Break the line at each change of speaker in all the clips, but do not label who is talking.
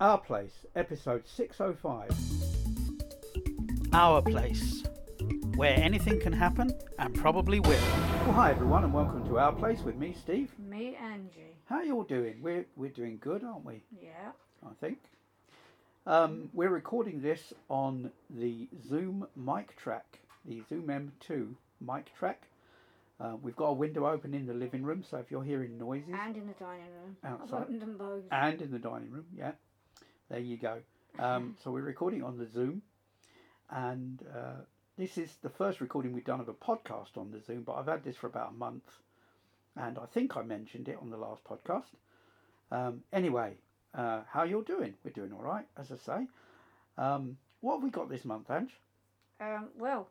Our Place, episode 605.
Our Place, where anything can happen and probably will.
Well, hi everyone, and welcome to Our Place with me, Steve.
Me, Angie.
How you all doing? We're we're doing good, aren't we?
Yeah.
I think. Um, we're recording this on the Zoom mic track, the Zoom M2 mic track. Uh, we've got a window open in the living room, so if you're hearing noises,
And in the dining room. I've
Outside. Ah.
opened them both.
and in the dining room. Yeah, there you go.
Mm-hmm.
Um, so we're recording on the Zoom, and uh, this is the first recording we've done of a podcast on the Zoom. But I've had this for about a month, and I think I mentioned it on the last podcast. Um, anyway, uh, how you're doing? We're doing all right, as I say. Um, what have we got this month, Ange?
um, well,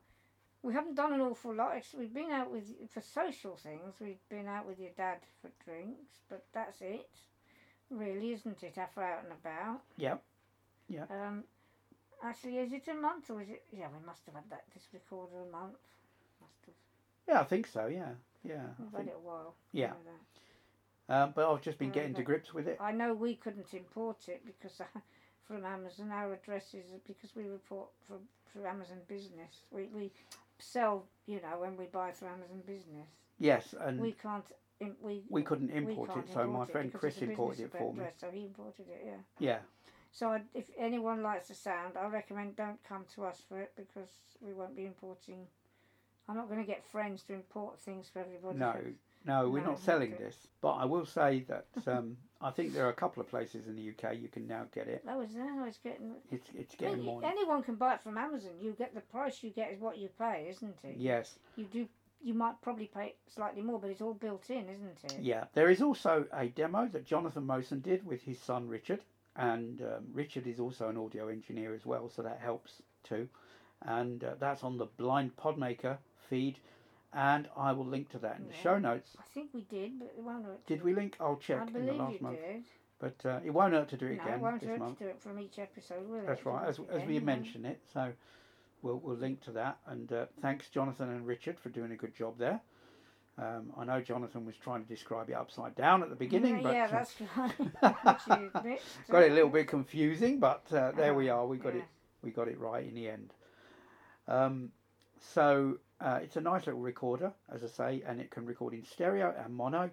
we haven't done an awful lot. It's, we've been out with for social things. We've been out with your dad for drinks, but that's it, really, isn't it? After out and about.
Yeah. Yeah.
Um, actually, is it a month or is it? Yeah, we must have had that this recorder a month. Must have.
Yeah, I think so. Yeah, yeah, I
We've
think-
had it a while.
yeah.
I know that.
Uh, but I've just been
Yeah,
getting to
but-
grips with it.
I know we couldn't import it because uh, from Amazon our address is uh, because we report for through Amazon Business. We we sell you know when we buy through Amazon Business.
Yes, and
we
we,
can't. im- We,
couldn't import
can't
it, so my
import
friend
because
Chris
it's a
imported it
business
for me.
address, So he imported it, yeah.
Yeah.
So I, if anyone likes the sound, I recommend don't come to us for it because we won't be importing. I'm not going to get friends to import things for everybody.
No, no, we're
No,
not selling
okay.
this. But I will say that um, I think there are a couple of places in the UK you can now get it.
That was that I was getting
It's it's
Well,
getting
you-
more.
anyone can buy it from Amazon. You get the price you get is what you pay, isn't it?
Yes,
You do. You might probably pay slightly more, but it's all built in, isn't it?
yeah. There is also a demo that Jonathan Mosen did with his son Richard, and um, Richard is also an audio engineer as well, so that helps too. And uh, that's on the Blind Podmaker feed, and I will link to that in the
Yeah.
show notes.
I think we did, but it won't hurt.
Did we link? I'll check
I
in the
believe
last
you
month.
did.
But uh, it won't hurt to do it
No,
again
it won't
this
hurt
month.
to do it from each episode, will it?
That's right. As,
It
as we
won't, no.
mention it, so we'll we'll link to that. And uh, thanks, Jonathan and Richard, for doing a good job there. Um, I know Jonathan was trying to describe it upside down at the beginning,
Yeah,
but
yeah,
uh,
that's right. Which you admit,
got it a
so-
little bit confusing. But uh, there we
Uh-huh,
are. We got
yeah.
it. We got it right in the end. Um, so uh, it's a nice little recorder, as I say, and it can record in stereo and mono,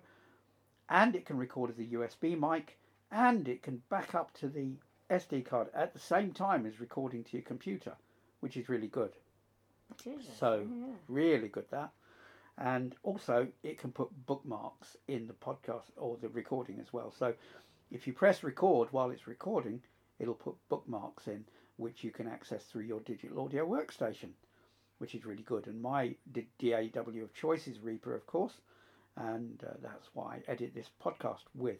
and it can record as a USB mic, and it can back up to the SD card at the same time as recording to your computer, which is really good.
It is,
So-
actually, yeah.
Really good that. And also, it can put bookmarks in the podcast or the recording as well. So, if you press record while it's recording, it'll put bookmarks in, which you can access through your digital audio workstation, which is really good. And my D- DAW of choice is Reaper, of course, and uh, that's why I edit this podcast with.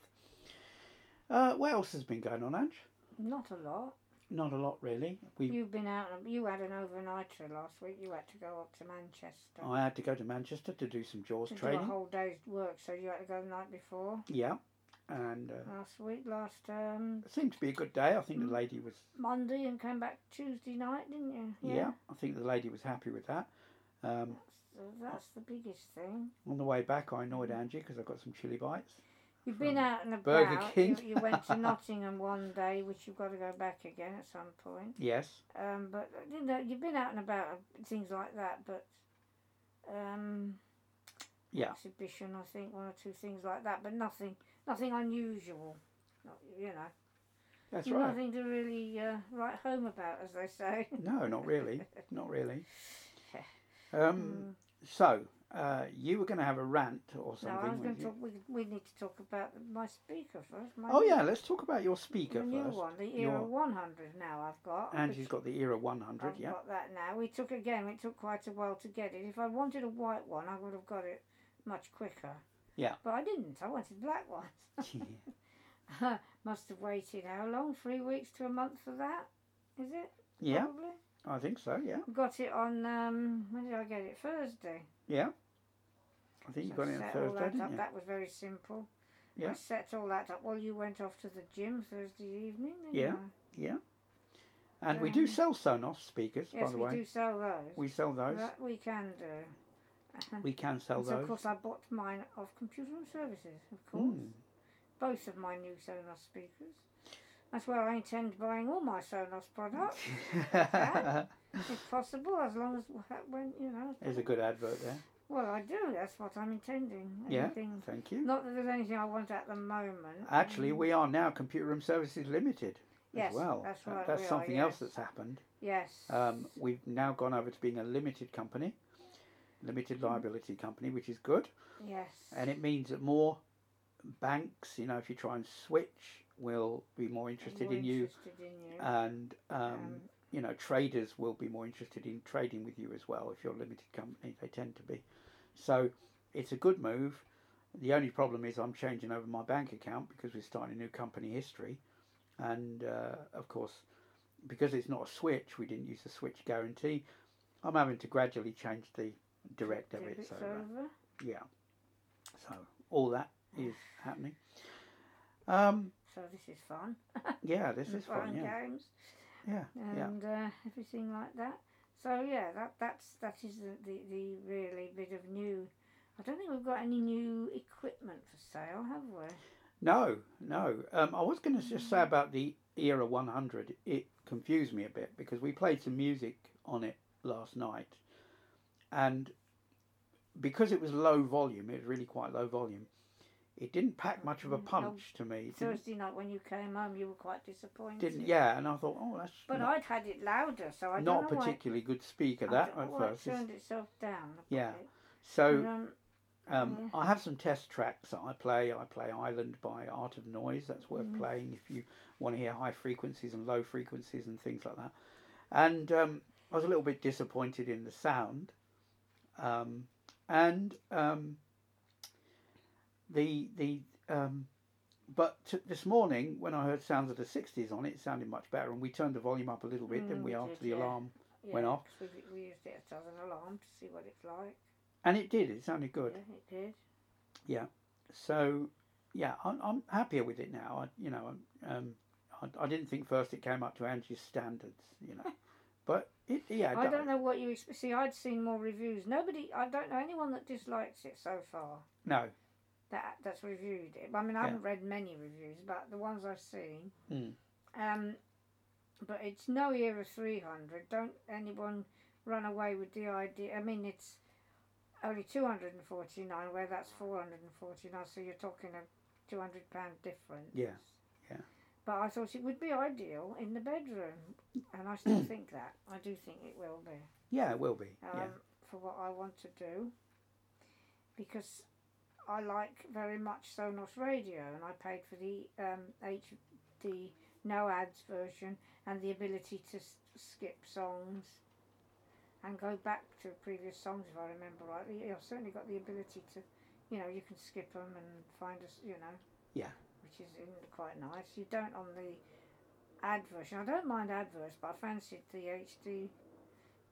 Uh, what else has been going on, Ange?
Not a lot.
Not a lot, really. We
You've been out. and- You had an overnighter last week. You had to go up to Manchester.
I had to go to Manchester to do some jaws
to do a
training.
whole day's work, so you had to go the night before.
Yeah, and. Uh,
last week, last um,
It seemed to be a good day. I think the
Mm.
lady was,
Monday and came back Tuesday night, didn't you?
yeah, I think the lady was happy with that. Um,
So that's the biggest thing.
on the way back, I annoyed Angie because I got some chili bites.
You've been out and about.
Burger King.
You, you went to Nottingham one day, which you've got to go back again at some point.
Yes,
Um, but you know, you've been out and about and things like that. But um,
Yeah.
exhibition, I think one or two things like that, but nothing, nothing unusual. Not, you know,
that's
You've
right.
nothing to really uh, write home about, as they say.
No, not really, not really.
Mm.
Um, So uh, you were going to have a rant or
Hmm. No, I
something.
was going
weren't
to
you?
talk. We, we need to talk about my speaker first. My
Oh
new-
yeah, let's talk about your speaker
the new
first.
one, the
Your-
Era 100. Now I've got.
Angie's
which
got the Era 100.
I've
Yeah,
got that now. We took again. It took quite a while to get it. If I wanted a white one, I would have got it much quicker.
Yeah.
But I didn't. I wanted black ones. Must have waited how long? Three weeks to a month for that? Is it?
yeah,
Probably.
I think so. Yeah,
Got it on. Um, when did I get it? Thursday.
yeah. I think you got it on
set all
Thursday,
that
didn't
up.
you?
That was very simple.
Yeah.
I set all that up. Well, you went off to the gym Thursday evening. uh, Didn't
Yeah.
you?
And we do
um,
sell Sonos speakers, by
Yes,
the
we
way.
do sell those.
We sell those.
That we can do.
We can sell
And so,
those.
of course, I bought mine
Hmm.
off Computer and Services, of course.
Mm.
Both of my new Sonos speakers. That's where I intend buying all my Sonos products, if possible, as long as when you know.
There's a good advert there.
Well, I do. That's what I'm intending.
Yeah.
Anything-
Thank you.
Not that there's anything I want at the moment.
Actually,
Um,
we are now Computer Room Services Limited
Yes,
as well.
that's
Uh,
right,
That's
we are,
something else
yes.
that's happened.
Yes.
Um, we've now gone over to being a limited company,
Mm-hmm.
limited liability company, which is good.
yes.
And it means that more banks, you know, if you try and switch, will be more interested
We're
in you.
interested in you.
And, um,
Um,
you know, traders will be more interested in trading with you as well. If you're a limited company, they tend to be. So it's a good move. The only problem is I'm changing over my bank account because we're starting a new company history. And, uh, of course, because it's not a switch, we didn't use the switch guarantee. I'm having to gradually change the direct debits
Debit's
over. Yeah. So all that is happening. Um,
So this is fun.
yeah, this
and
is fun.
and
Yeah,
games
yeah, yeah.
and uh, everything like that. So yeah, that that's that is the, the the really bit of new. I don't think we've got any new equipment for sale, have we?
No, no. Um, I was going to just
Mm.
say about the Era 100. It confused me a bit because we played some music on it last night, and because it was low volume, it was really quite low volume. It didn't pack much of a
Mm, no.
punch to me. It didn't,
Thursday night when you came home, you were quite disappointed.
didn't yeah, and I thought, oh, that's
But
not,
I'd had it louder, so I
not
don't know why.
particularly good speaker.
I
That
don't
at
know why
first,
it
It's-
turned itself down. a
Yeah.
bit.
so.
And, um,
Um,
Yeah.
I have some test tracks that I play. I play Island by Art of Noise. That's worth
Mhm.
playing if you want to hear high frequencies and low frequencies and things like that. And um, I was a little bit disappointed in the sound. Um, and um, the the um, but t- this morning when I heard sounds of the '60s on it, it sounded much better. And we turned the volume up a little bit,
Mm,
didn't we,
we
after
did,
the
yeah.
alarm?
yeah,
went off.
'cause We, we used it as an alarm to see what it's like.
And it did. It sounded good.
Yeah, it did.
so yeah I'm, I'm happier with it now I, you know i um, I, I didn't think first it came up to angie's standards you know but it yeah
I don't know what you ex- see. I'd seen more reviews. Nobody, I don't know anyone that dislikes it so far.
no
That that's reviewed it. I mean, I
Yeah.
haven't read many reviews, but the ones I've seen.
Mm.
Um, but it's no era three hundred. Don't anyone run away with the idea. I mean, it's only two hundred and forty nine, where that's four hundred and forty nine. So you're talking a two hundred pound difference.
Yeah, yeah.
But I thought it would be ideal in the bedroom, and I still think that. I do think it will be
yeah it will be
um,
yeah
for what I want to do because I like very much Sonos Radio and I paid for the um, HD no ads version and the ability to s- skip songs and go back to previous songs if I remember rightly. I've certainly got the ability to, you know, you can skip them and find us, you know.
Yeah.
Which is in- quite nice. You don't on the ad version. I don't mind adverts, but I fancied the HD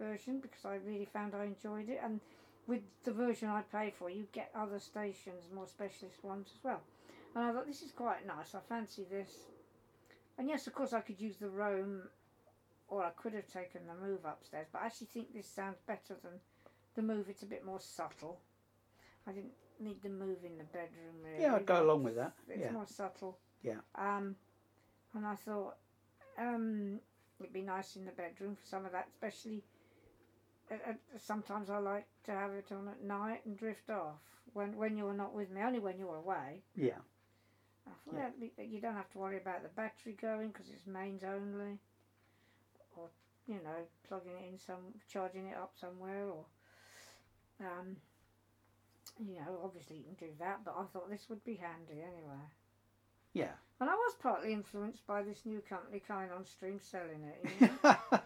version because I really found I enjoyed it. And with the version I pay for, you get other stations, more specialist ones as well. And I thought this is quite nice. I fancy this. And yes, of course, I could use the Roam, or I could have taken the Move upstairs. But I actually think this sounds better than the Move. It's a bit more subtle. I didn't need the Move in the bedroom. Really,
Yeah, I'd go
but
along with that,
It's
yeah.
more subtle.
Yeah.
Um, and I thought um, it'd be nice in the bedroom for some of that, especially uh, uh, sometimes I like to have it on at night and drift off when when you're not with me, only when you're away.
yeah
I thought that'd be- you don't have to worry about the battery going because it's mains only, or you know plugging it in some, charging it up somewhere, or um, you know obviously you can do that. But I thought this would be handy anyway.
yeah
And I was partly influenced by this new company, Kind on Stream, selling it. You know?
yeah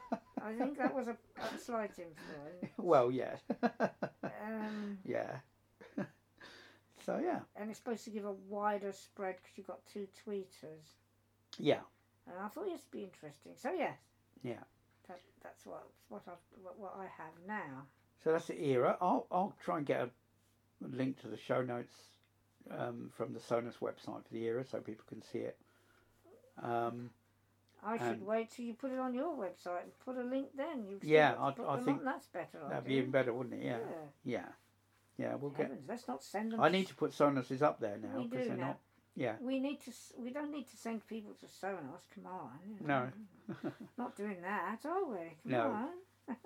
I think that was a, a slight influence.
well yeah
Um,
yeah so yeah
and it's supposed to give a wider spread because you've got two tweeters.
yeah
And I thought it'd be interesting. So yes.
Yeah.
That, that's what what I what, what I have now.
so that's the era i'll i'll try and get a link to the show notes um, from the sonos website for the era so people can see it um,
I should
Um,
wait till you put it on your website and put a link then. You've still
Yeah,
got to
I-
put
I
them
think
on. that's better.
that'd be
idea.
even better wouldn't it yeah yeah yeah we'll get
Heavens, let's not send them.
I need to put Sonos's up there now
We
because
do
they're
now.
not Yeah.
We need to. s- We don't need to send people to Sonos. Come on. you
No.
know. Not doing that, are we? Come
No.
on.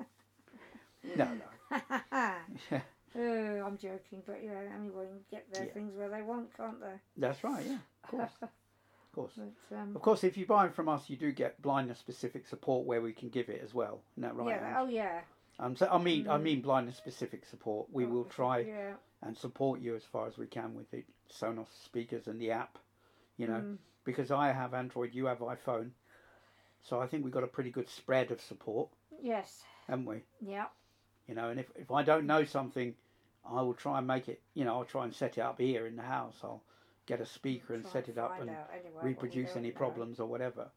No, no. Yeah.
oh, I'm joking, but yeah, anyone can get their
Yeah.
things where they want, can't they?
That's right, yeah. Of course. Of course.
But, um,
Of course, if you buy it from us, you do get blindness specific support where we can give it as well. Isn't that right?
yeah.
Ange?
Oh, yeah.
Um, so I mean, I
Mm.
mean blindness specific support. We will try
Yeah.
and support you as far as we can with the Sonos speakers and the app. You know,
Mm.
because I have Android, you have iPhone, so I think we've got a pretty good spread of support,
Yes.
haven't we?
Yeah.
You know, and if if I don't know something, I will try and make it. You know, I'll try and set it up here in the house. I'll get a speaker and
Try
set it up
find
and
out anyway what we
reproduce
don't
any
know.
problems or whatever.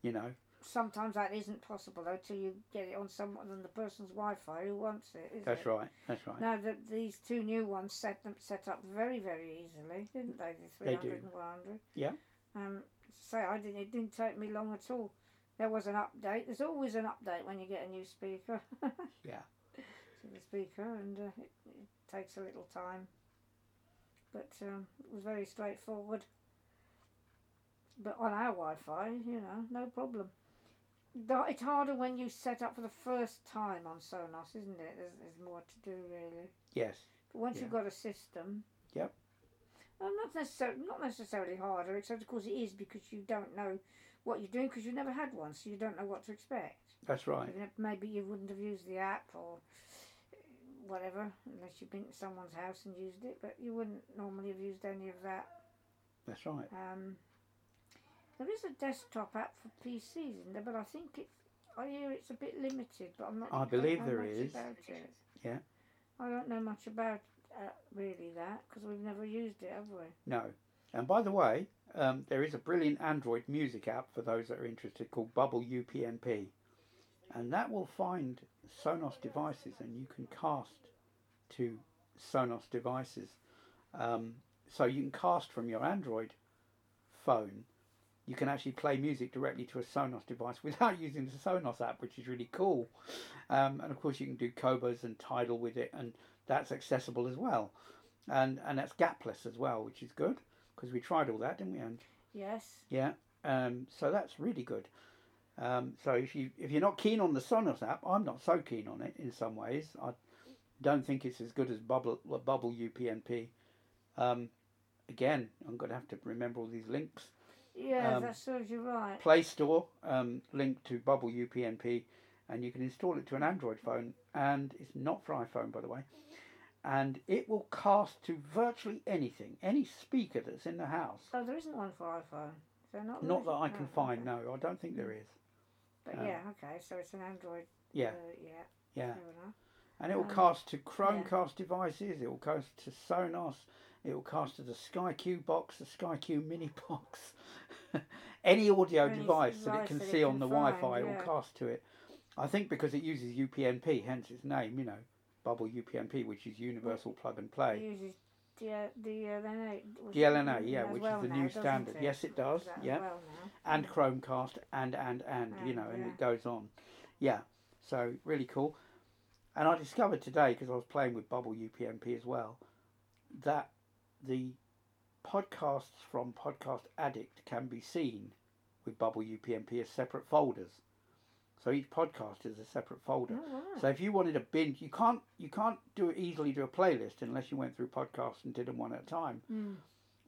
You know.
Sometimes that isn't possible though, till you get it on someone on the person's Wi-Fi who wants it. Is
That's
it?
right. That's right.
Now that these two new ones set them set up very very easily, didn't they? The
They do.
three hundred and one hundred.
Yeah.
Um. So I didn't. It didn't take me long at all. There was an update. There's always an update when you get a new speaker.
Yeah.
To the speaker, and uh, it, it takes a little time. But um, it was very straightforward. But on our Wi-Fi, you know, no problem. Tho- It's harder when you set up for the first time on Sonos, isn't it? There's, there's more to do really.
Yes.
But once you've
Yeah.
got a system.
Yep.
Well, not necessarily, not necessarily harder, except of course it is because you don't know what you're doing because you've never had one, so you don't know what to expect.
That's right.
Even if Maybe you wouldn't have used the app or whatever, unless you've been to someone's house and used it, but you wouldn't normally have used any of that.
That's right.
Um, there is a desktop app for PCs, isn't there? But I think it, I hear it's a bit limited, but I'm not.
I
don't
believe
know
there
much
is.
About it.
Yeah.
I don't know much about uh, really that because we've never used it, have we?
No. And by the way, um, there is a brilliant Android music app for those that are interested called Bubble UPnP, and that will find Sonos devices, and you can cast to Sonos devices. Um, so you can cast from your Android phone. You can actually play music directly to a Sonos device without using the Sonos app, which is really cool. Um, and of course, you can do Cobas and Tidal with it, and that's accessible as well. And and that's gapless as well, which is good because we tried all that, didn't we? And
Yes.
yeah, um, so that's really good. Um, so if you if you're not keen on the Sonos app, I'm not so keen on it in some ways. I don't think it's as good as Bubble Bubble UPnP. Um, again, I'm going to have to remember all these links.
Yeah,
Um,
that serves you right.
Play Store um, link to Bubble UPnP, and you can install it to an Android phone, and it's not for iPhone, by the way. And it will cast to virtually anything, any speaker that's in the house.
Oh, there isn't one for iPhone. So not
Not that
really-
I can
no,
find.
okay.
No, I don't think there is.
But
um,
yeah, okay. So it's an Android.
Yeah,
Uh, yeah.
yeah.
Fair enough.
And it will
Um,
cast to Chromecast devices. It will cast to Sonos. It will cast to the Sky Q box, the Sky Q mini box, any audio
Any
device that it
device
can
that it
see on
can
the
find,
Wi-Fi. It
yeah.
will cast to it. I think because it uses UPnP, hence its name. You know, Bubble UPnP, which is Universal Plug and
It
Play.
uses DL- DLNA. which-
DLNA, yeah,
as
which
well
is the
now,
new
doesn't
standard. Yes, it does.
That as
Yeah.
well now.
and Chromecast and and and you
Mm. And,
know, and
yeah.
it goes on. Yeah, so really cool. And I discovered today because I was playing with Bubble UPnP as well that the podcasts from Podcast Addict can be seen with Bubble UPnP as separate folders. So each podcast is a separate folder.
Oh, wow.
So if you wanted a binge, you can't you can't do it easily do a playlist unless you went through podcasts and did them one at a time.
Mm.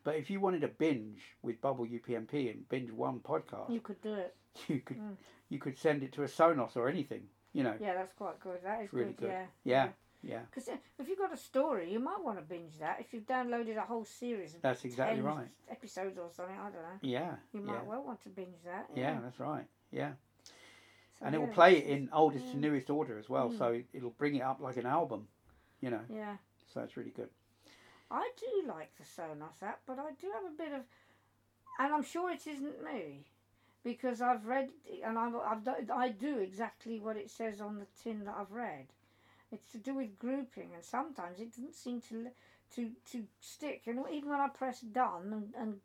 But if you wanted a binge with Bubble UPnP and binge one podcast,
You could do it.
you could
Mm.
you could send it to a Sonos or anything, you know.
Yeah, that's quite good. That is
really
good,
good.
Yeah.
Yeah,
Because uh, if you've got a story, you might want to binge that. If you've downloaded a whole series of
that's exactly
10
right.
episodes or something, I don't know,
Yeah,
you might
yeah,
well want to binge that.
yeah, that's right. Yeah,
So,
and it will
yeah,
play
this
it in
is-
oldest
yeah.
to newest order as well,
Mm.
so it'll bring it up like an album, you know.
Yeah.
So it's really good.
I do like the Sonos app, but I do have a bit of, and I'm sure it isn't me, because I've read and I'm, I've do, I do exactly what it says on the tin that I've read. It's to do with grouping, and sometimes it doesn't seem to l- to to stick. And even when I press done and, and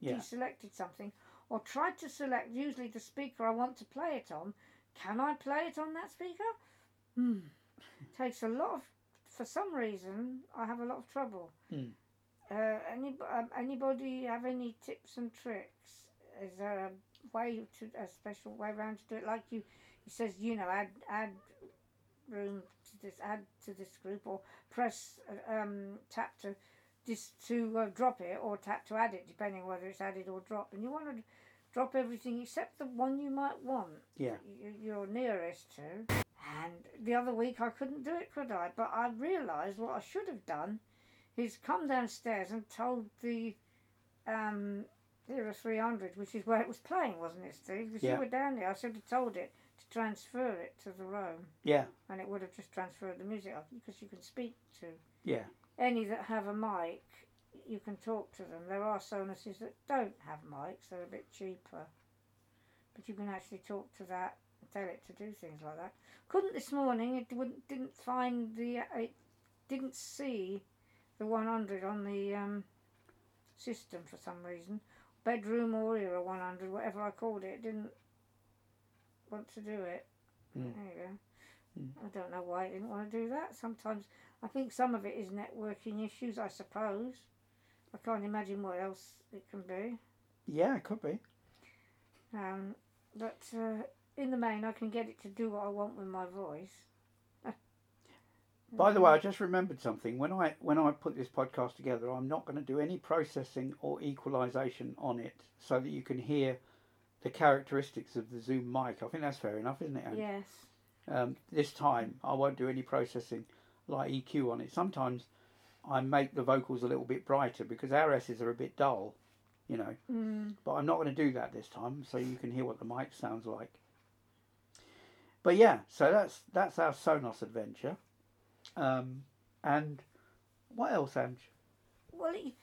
Yeah.
deselected something, or tried to select usually the speaker I want to play it on, can I play it on that speaker? Hmm. Takes a lot of for some reason, I have a lot of trouble.
Mm.
Uh, Uh, any, um, anybody have any tips and tricks? Is there a way to a special way round to do it? Like you, he says, you know, add add room to this, add to this group, or press uh, um, tap to this to uh, drop it, or tap to add it, depending on whether it's added or dropped. And you want to drop everything except the one you might want.
Yeah.
y- You're nearest to. And the other week I couldn't do it, could I? But I realised what I should have done He's come downstairs and told the um, Hero 300, which is where it was playing, wasn't it, Steve? Because
Yeah.
you were down there. I should have told it to transfer it to the room,
Yeah.
and it would have just transferred the music up because you can speak to
Yeah.
any that have a mic. You can talk to them. There are sonuses that don't have mics; they're a bit cheaper, but you can actually talk to that and tell it to do things like that. Couldn't this morning. It wouldn't, didn't find the. uh, It didn't see the 100 on the um, system for some reason. Bedroom Aura 100, whatever I called it, didn't want to do it.
Mm.
There you
Mm.
go. I don't know why it didn't want to do that. Sometimes I think some of it is networking issues, I suppose. I can't imagine what else it can be.
Yeah, it could be.
Um, but uh, in the main, I can get it to do what I want with my voice.
By the way,
Mm-hmm.
I just remembered something. When I when I put this podcast together, I'm not going to do any processing or equalization on it, so that you can hear the characteristics of the Zoom mic. I think that's fair enough, isn't it? Ange?
yes,
Um, this time, I won't do any processing like EQ on it. Sometimes I make the vocals a little bit brighter because our S's are a bit dull, you know.
mm,
But I'm not going to do that this time, so you can hear what the mic sounds like. But yeah, so that's that's our Sonos adventure, um, and what else, Ange?
well, it,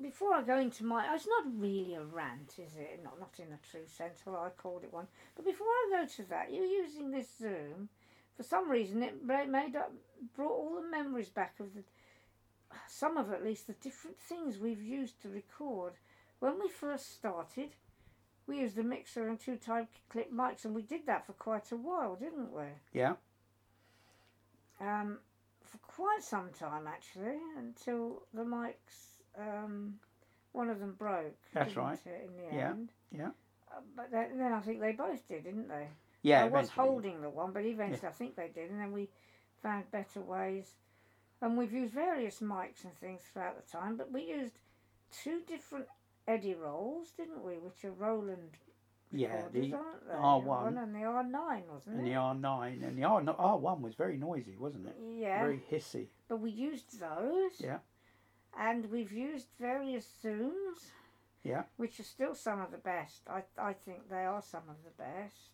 before I go into my, it's not really a rant, is it? Not not in a true sense. Well, I called it one. But before I go to that, you're using this Zoom. For some reason, it bra- made up, brought all the memories back of the, some of at least the different things we've used to record. When we first started, we used a mixer and two type clip mics, and we did that for quite a while, didn't we?
Yeah,
um, for quite some time actually, until the mics, um, one of them broke.
That's
didn't
right.
It, in the
Yeah,
end.
yeah.
Uh, but then, then I think they both did, didn't they?
yeah.
I was
eventually.
holding the one, but eventually I think they did, and then we found better ways. And we've used various mics and things throughout the time, but we used two different Eddy rolls, didn't we? Which are Roland
Yeah,
recorders,
the
aren't they?
R1.
and the R9, wasn't
and
it?
the R9 and the R R1 was very noisy, wasn't it?
yeah.
Very hissy.
But we used those.
Yeah.
And we've used various Zooms.
Yeah.
Which are still some of the best. I, I think they are some of the best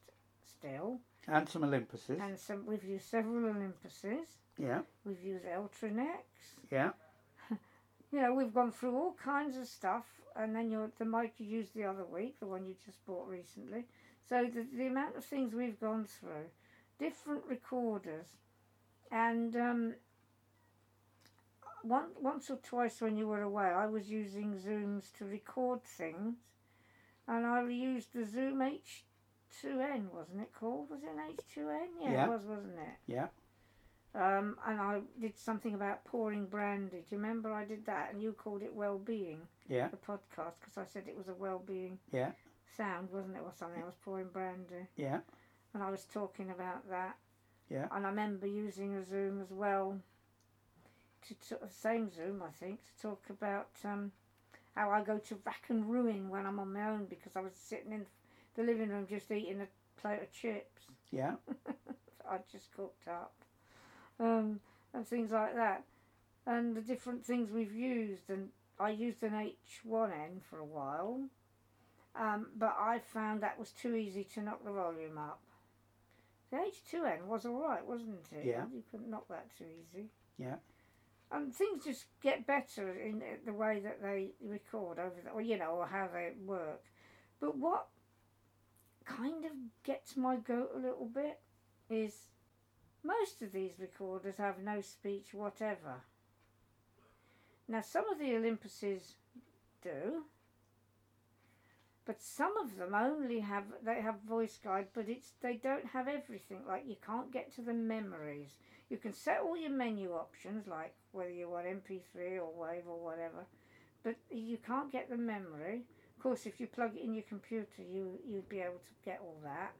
still.
And some Olympuses.
And some we've used several Olympuses.
yeah,
We've used Eltrinex.
yeah,
You know, we've gone through all kinds of stuff. And then your the mic you used the other week, the one you just bought recently. So the, the amount of things we've gone through, different recorders, and um, one, once or twice when you were away, I was using Zooms to record things, and I used the Zoom H2N, wasn't it called? Was it an H2N? Yeah,
Yeah.
it was, wasn't it?
Yeah.
Um, and I did something about pouring brandy. Do you remember I did that, and you called it well-being?
Yeah.
The podcast because I said it was a well-being.
Yeah.
Sound wasn't it or something? I was pouring brandy
yeah,
and I was talking about that.
Yeah.
And I remember using a Zoom as well, to t- same Zoom I think, to talk about um, how I go to rack and ruin when I'm on my own because I was sitting in the living room just eating a plate of chips
yeah,
I just cooked up, um, and things like that, and the different things we've used. And I used an H1N for a while, um, but I found that was too easy to knock the volume up. The H2N was all right, wasn't it?
Yeah.
You couldn't knock that too easy.
Yeah.
And things just get better in the way that they record over, the, or you know, or how they work. But what kind of gets my goat a little bit is most of these recorders have no speech whatever. Now, some of the Olympuses do, but some of them only have they have voice guide, but it's they don't have everything. Like you can't get to the memories. You can set all your menu options, like whether you want MP3 or Wave or whatever, but you can't get the memory. Of course, if you plug it in your computer, you you'd be able to get all that.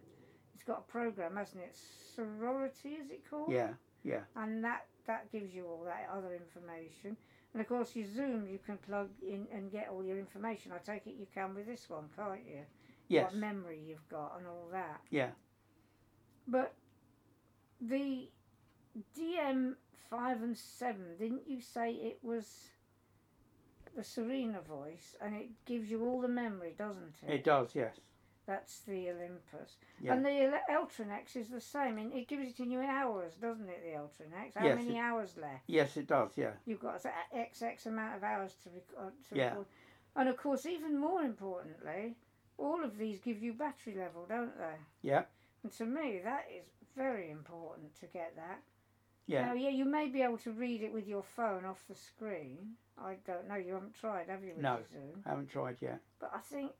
It's got a program, hasn't it? Sorority, is it called?
Yeah.
and that that gives you all that other information. And of course, your Zoom, you can plug in and get all your information. I take it you can with this one, can't you?
Yes.
What memory you've got and all that.
Yeah.
But the DM five and seven, didn't you say it was the Serena voice, and it gives you all the memory, doesn't it?
It does. Yes.
That's the Olympus.
Yeah.
And the El- Eltronex is the same. and It gives it to you in hours, doesn't it, the Eltronex? How
Yes,
many
it-
hours left?
Yes, it does. Yeah.
You've got a- XX amount of hours to, rec- uh, to
Yeah.
record. And of course, even more importantly, all of these give you battery level, don't they?
Yeah.
And to me, that is very important to get that. Now,
Yeah.
yeah, you may be able to read it with your phone off the screen. I don't know. You haven't tried, have you? With
No.
your Zoom?
I haven't tried yet.
But I think,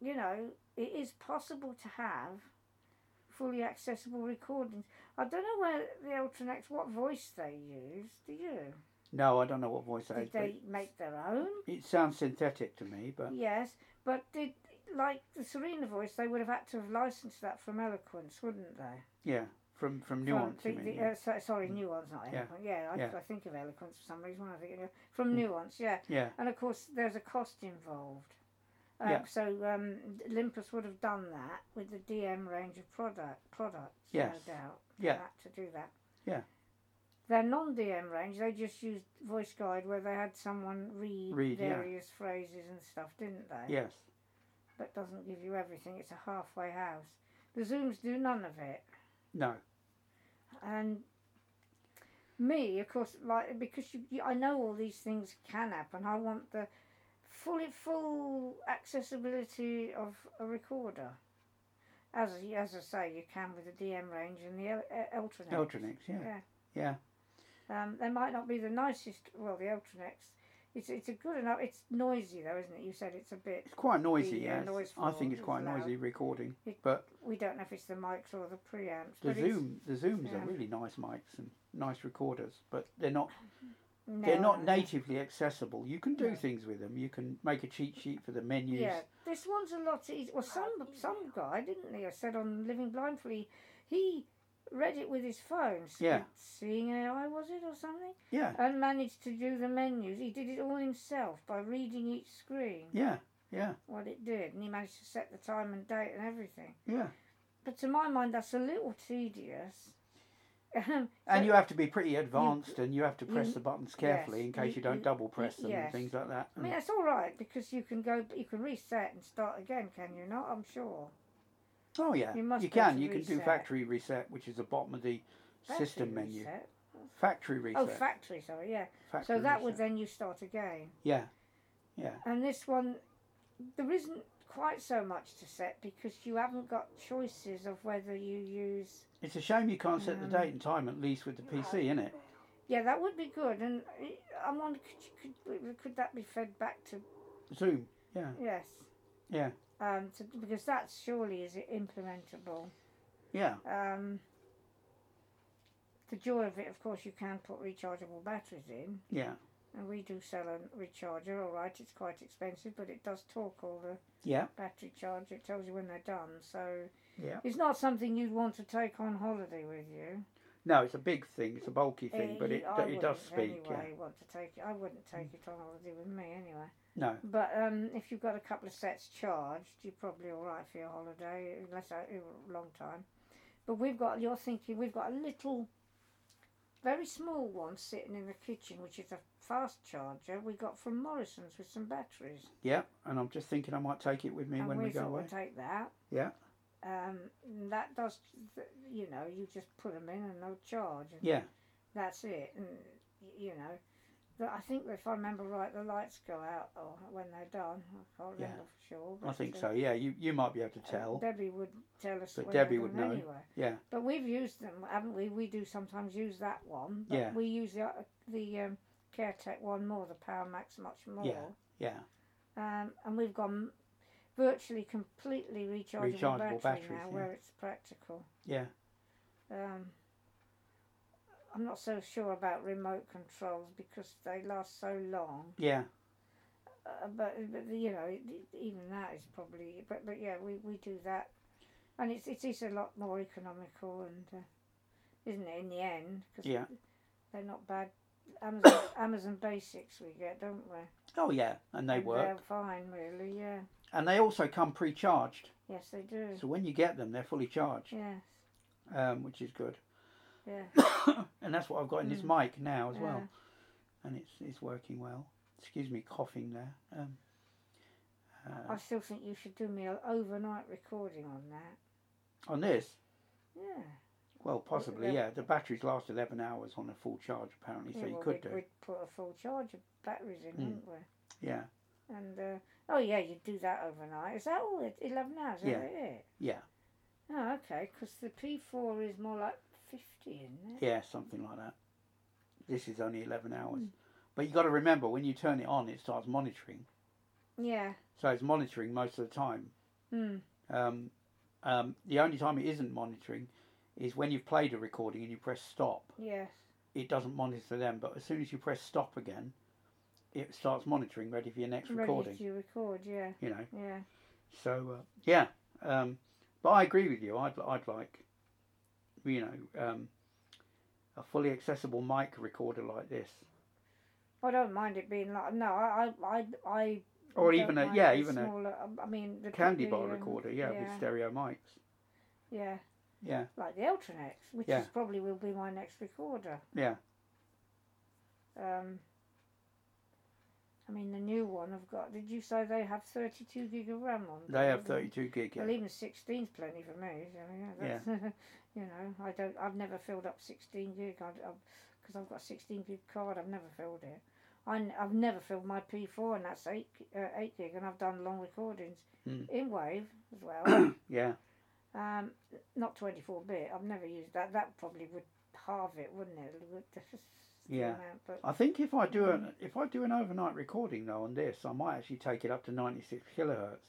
you know, it is possible to have fully accessible recordings. I don't know where the Ultranex, what voice they used, do you?
No, I don't know what voice I
Did they make their own?
It sounds synthetic to me, but
Yes, but did, like the Serena voice, they would have had to have licensed that from Eloquence, wouldn't they?
yeah, from from
From
nuance.
the,
I mean,
the-
yeah. Mm.
uh, so- sorry, Nuance, not
Yeah.
Eloquence. Yeah, I,
Yeah. Mm.
I think of Eloquence for some reason. when I think of, from Nuance, yeah.
yeah,
And of course, there's a cost involved. Um,
Yeah.
So um, Olympus would have done that with the DM range of product products,
Yes.
no doubt.
Yeah.
Had to do that.
Yeah.
Their non-DM range, they just used voice guide where they had someone read,
Read, yeah.
various phrases and stuff, didn't they?
yes,
But doesn't give you everything. It's a halfway house. The Zooms do none of it.
no,
And me, of course, like because you, you, I know all these things can happen. I want the full full accessibility of a recorder, as as I say, you can with the DM range and the El- Eltronex.
Eltronex, yeah.
Yeah.
yeah,
Um, they might not be the nicest. Well, the Eltronex. It's, it's a good enough. It's noisy though, isn't it? You said it's a bit.
It's quite noisy.
The, uh,
yes,
noise
I
floor
think it's
is
quite
loud.
noisy recording.
It-
but
We don't know if it's the mics or the preamps.
the
but it's-
Zoom, the Zooms
yeah.
are really nice mics and nice recorders, but they're not
no,
they're
no,
not
no.
natively accessible. You can do
No.
things with them. You can make a cheat sheet for the menus.
Yeah, this one's a lot easier. Well, some some guy didn't he? I said on Living Blindfully, he read it with his phone. s-
Yeah.
Seeing AI was it or something,
yeah,
and managed to do the menus. He did it all himself by reading each screen
yeah, yeah,
what it did, and he managed to set the time and date and everything.
yeah.
But to my mind, that's a little tedious. Um,
And
so-
you have to be pretty advanced, and you have to press
you-
the buttons carefully
yes,
in case
you-
you don't
you-
double press them
yes.
and things like that.
I mean, that's all right because you can go, you can reset and start again, can you not? I'm sure.
Oh yeah,
You
you,
must go
can.
to
You can do
reset.
factory reset, which is the bottom of the
Factory
system menu.
reset.
Factory reset.
Oh, factory, sorry, yeah.
factory
So that
reset.
would then you start again.
Yeah, yeah,
And this one, there isn't quite so much to set because you haven't got choices of whether you use.
it's a shame you can't set
Um,
the date and time at least with the PC, isn't it?
Yeah, that would be good. And I- I wonder, could, you, could could that be fed back to
Zoom. Yeah,
yes?
Yeah.
Um, to, because that surely is implementable.
yeah,
Um, the joy of it, of course, you can put rechargeable batteries in.
yeah,
And we do sell a recharger, all right, it's quite expensive, but it does talk all the
Yeah.
battery charge. It tells you when they're done, so
yeah.
it's not something you'd want to take on holiday with you.
No, it's a big thing. It's a bulky
Eh,
thing, but it
I
it does
wouldn't
speak.
Anyway, want to take it. I wouldn't take it on holiday with me anyway.
No.
But um, if you've got a couple of sets charged, you're probably all right for your holiday, unless I- a long time. But we've got. You're thinking we've got a little, very small one sitting in the kitchen, which is a fast charger we got from Morrison's with some batteries.
Yeah. yeah, and I'm just thinking I might take it with me
and
when
we,
we go
thought
away.
we'll take that.
Yeah.
Um, and that does, th- you know, you just put them in and they'll charge. And
Yeah,
That's it. And, y- you know, the, I think if I remember right, the lights go out or when they're done. I can't
Yeah.
remember for sure.
I
but,
think
uh,
so. Yeah, you you might be able to tell.
Debbie would tell us.
But
when they're
Debbie would
done
know.
Anyway.
Yeah.
But we've used them, haven't we? We do sometimes use that one. But
Yeah.
We use the uh, the um, CareTech one more, the Power Max much more.
Yeah,
Um, and we've gone virtually completely rechargeable,
Rechargeable
battery
batteries,
now
yeah.
where it's practical.
yeah,
Um, I'm not so sure about remote controls because they last so long.
yeah,
uh, but, but you know, it- even that is probably. But but yeah, we, we do that, and it's it is a lot more economical, and uh, isn't it in the end? Cause
Yeah.
they're not bad. Amazon Amazon Basics we get, don't we?
Oh yeah, and they
And uh,
work,
They're fine, really. Yeah.
and they also come pre-charged.
Yes, they do.
So when you get them, they're fully charged,
Yes. Mm.
um, which is good.
Yeah.
and that's what I've got in this
Mm.
mic now as well,
Yeah.
and it's it's working well. Excuse me, coughing there. Um, uh,
I still think you should do me an overnight recording on that.
on this,
Yeah.
well, possibly,
Yeah.
yeah. The batteries last eleven hours on a full charge, apparently, so
yeah,
you
well,
could
we'd,
do.
We'd put a full charge of batteries in,
Mm.
wouldn't we?
Yeah,
And uh, oh yeah, you'd do that overnight. Is that all? it- Eleven hours? Is
Yeah.
that it?
yeah,
Oh, okay. Because the P four is more like fifty, isn't it?
yeah, something like that. This is only eleven hours,
Mm.
but you got to remember when you turn it on, it starts monitoring.
Yeah.
So it's monitoring most of the time.
Hmm.
Um, um, the only time it isn't monitoring is when you've played a recording and you press stop.
Yes.
It doesn't monitor them, but as soon as you press stop again, it starts monitoring, ready for your next
Ready
recording.
to record. Yeah.
You know,
Yeah.
so uh, yeah. Um, but I agree with you. I'd I'd like, you know, um, a fully accessible mic recorder like this,
I don't mind it being like no. I I I. I
or
don't
even a
mind
yeah,
the
even a
smaller, I mean the
candy
the,
bar
um,
recorder. Yeah, with
Yeah.
stereo mics.
yeah.
Yeah,
like the Ultranex, which
Yeah.
is probably will be my next recorder.
Yeah.
Um, I mean the new one I've got. Did you say they have thirty-two gig of RAM on?
they have
them?
thirty-two gig. yeah.
Well, even sixteen's plenty for me. So yeah, that's, you know, I don't. I've never filled up sixteen gig. I, because I've got a sixteen gig card. I've never filled it. I, have never filled my P four, and that's eight uh, eight gig, and I've done long recordings
Hmm.
in Wave as well.
Yeah,
Um, not 24 bit. I've never used that. That probably would halve it, wouldn't it? It would- the
Yeah.
amount, but
I think if I do
Mm.
an if I do an overnight recording though on this, I might actually take it up to ninety-six kilohertz.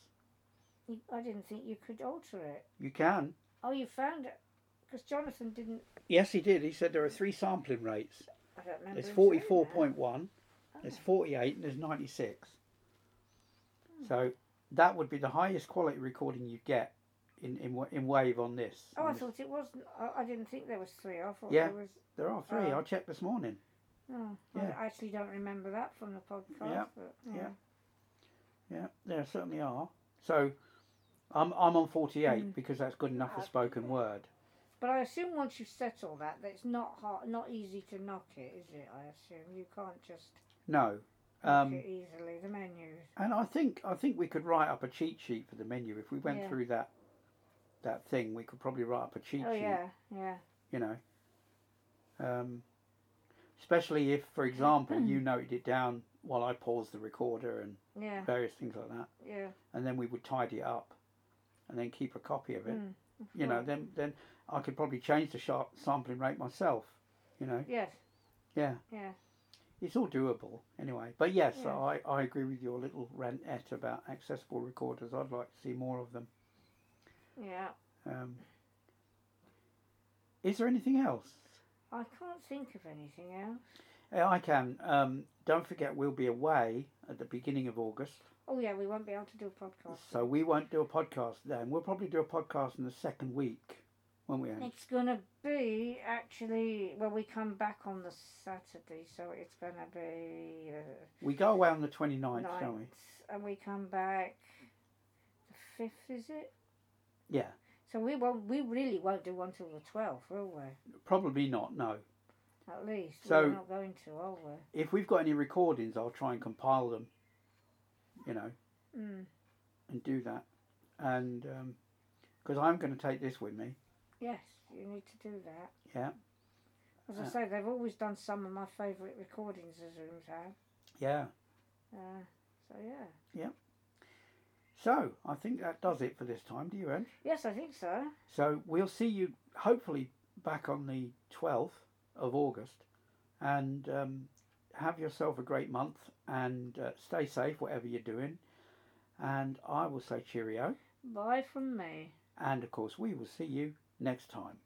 you, I didn't think you could alter it.
You can.
Oh, you found it because Jonathan didn't.
Yes, he did. He said there are three sampling rates.
I don't remember.
There's
him saying
forty-four
that.
point one, there's forty-eight, and there's ninety-six.
Hmm.
So that would be the highest quality recording you'd get in in, wa- in wave on this.
Oh,
on
I
this.
thought it wasn't. I, I didn't think there was three. I thought
Yeah.
there was.
there are three.
oh.
I checked this morning.
Oh,
Yeah.
I actually don't remember that from the podcast.
Yeah.
But,
Yeah. Yeah, there certainly are. So I'm I'm on forty-eight
Mm.
because that's good enough for
Uh,
spoken word.
But I assume once you settle that, that it's not hard, not easy to knock it, is it? I assume you can't just
No.
knock
Um,
it easily. The menus.
And I think I think we could write up a cheat sheet for the menu if we went
Yeah.
through that that thing. We could probably write up a cheat
Oh
sheet.
yeah, yeah.
You know, um, especially if, for example, you noted it down while I paused the recorder and
Yeah,
various things like that,
yeah.
and then we would tidy it up, and then keep a copy of it.
Mm, of
You know,
course.
then then I could probably change the sharp sampling rate myself. You know,
Yes,
yeah,
yeah.
it's all doable anyway. But yes,
Yeah.
I, I agree with your little rantette about accessible recorders. I'd like to see more of them.
Yeah.
Um, is there anything else?
I can't think of anything else.
Yeah, I can. Um, don't forget, we'll be away at the beginning of August,
Oh yeah, we won't be able to do a podcast.
so we won't do a podcast then. We'll probably do a podcast in the second week, won't we? Anne?
It's gonna be actually well, we come back on the Saturday, so it's gonna be uh,
We go away on the 29th,
ninth,
don't we?
and we come back the fifth, is it?
Yeah,
So we won't. We really won't do one till the twelfth, will we?
probably not. No.
At least
So-
we're not going to, are we?
If we've got any recordings, I'll try and compile them. You know,
Mm.
and do that, and because I'm going to take this with me.
Yes, you need to do that.
Yeah.
As
Yeah.
I say, they've always done some of my favourite recordings as rooms have.
Yeah.
Uh, so yeah.
So I think that does it for this time. Do you, Ange?
Yes, I think so.
So we'll see you hopefully back on the 12th of August and um, have yourself a great month and uh, stay safe, whatever you're doing. And I will say cheerio.
Bye from me.
And of course, we will see you next time.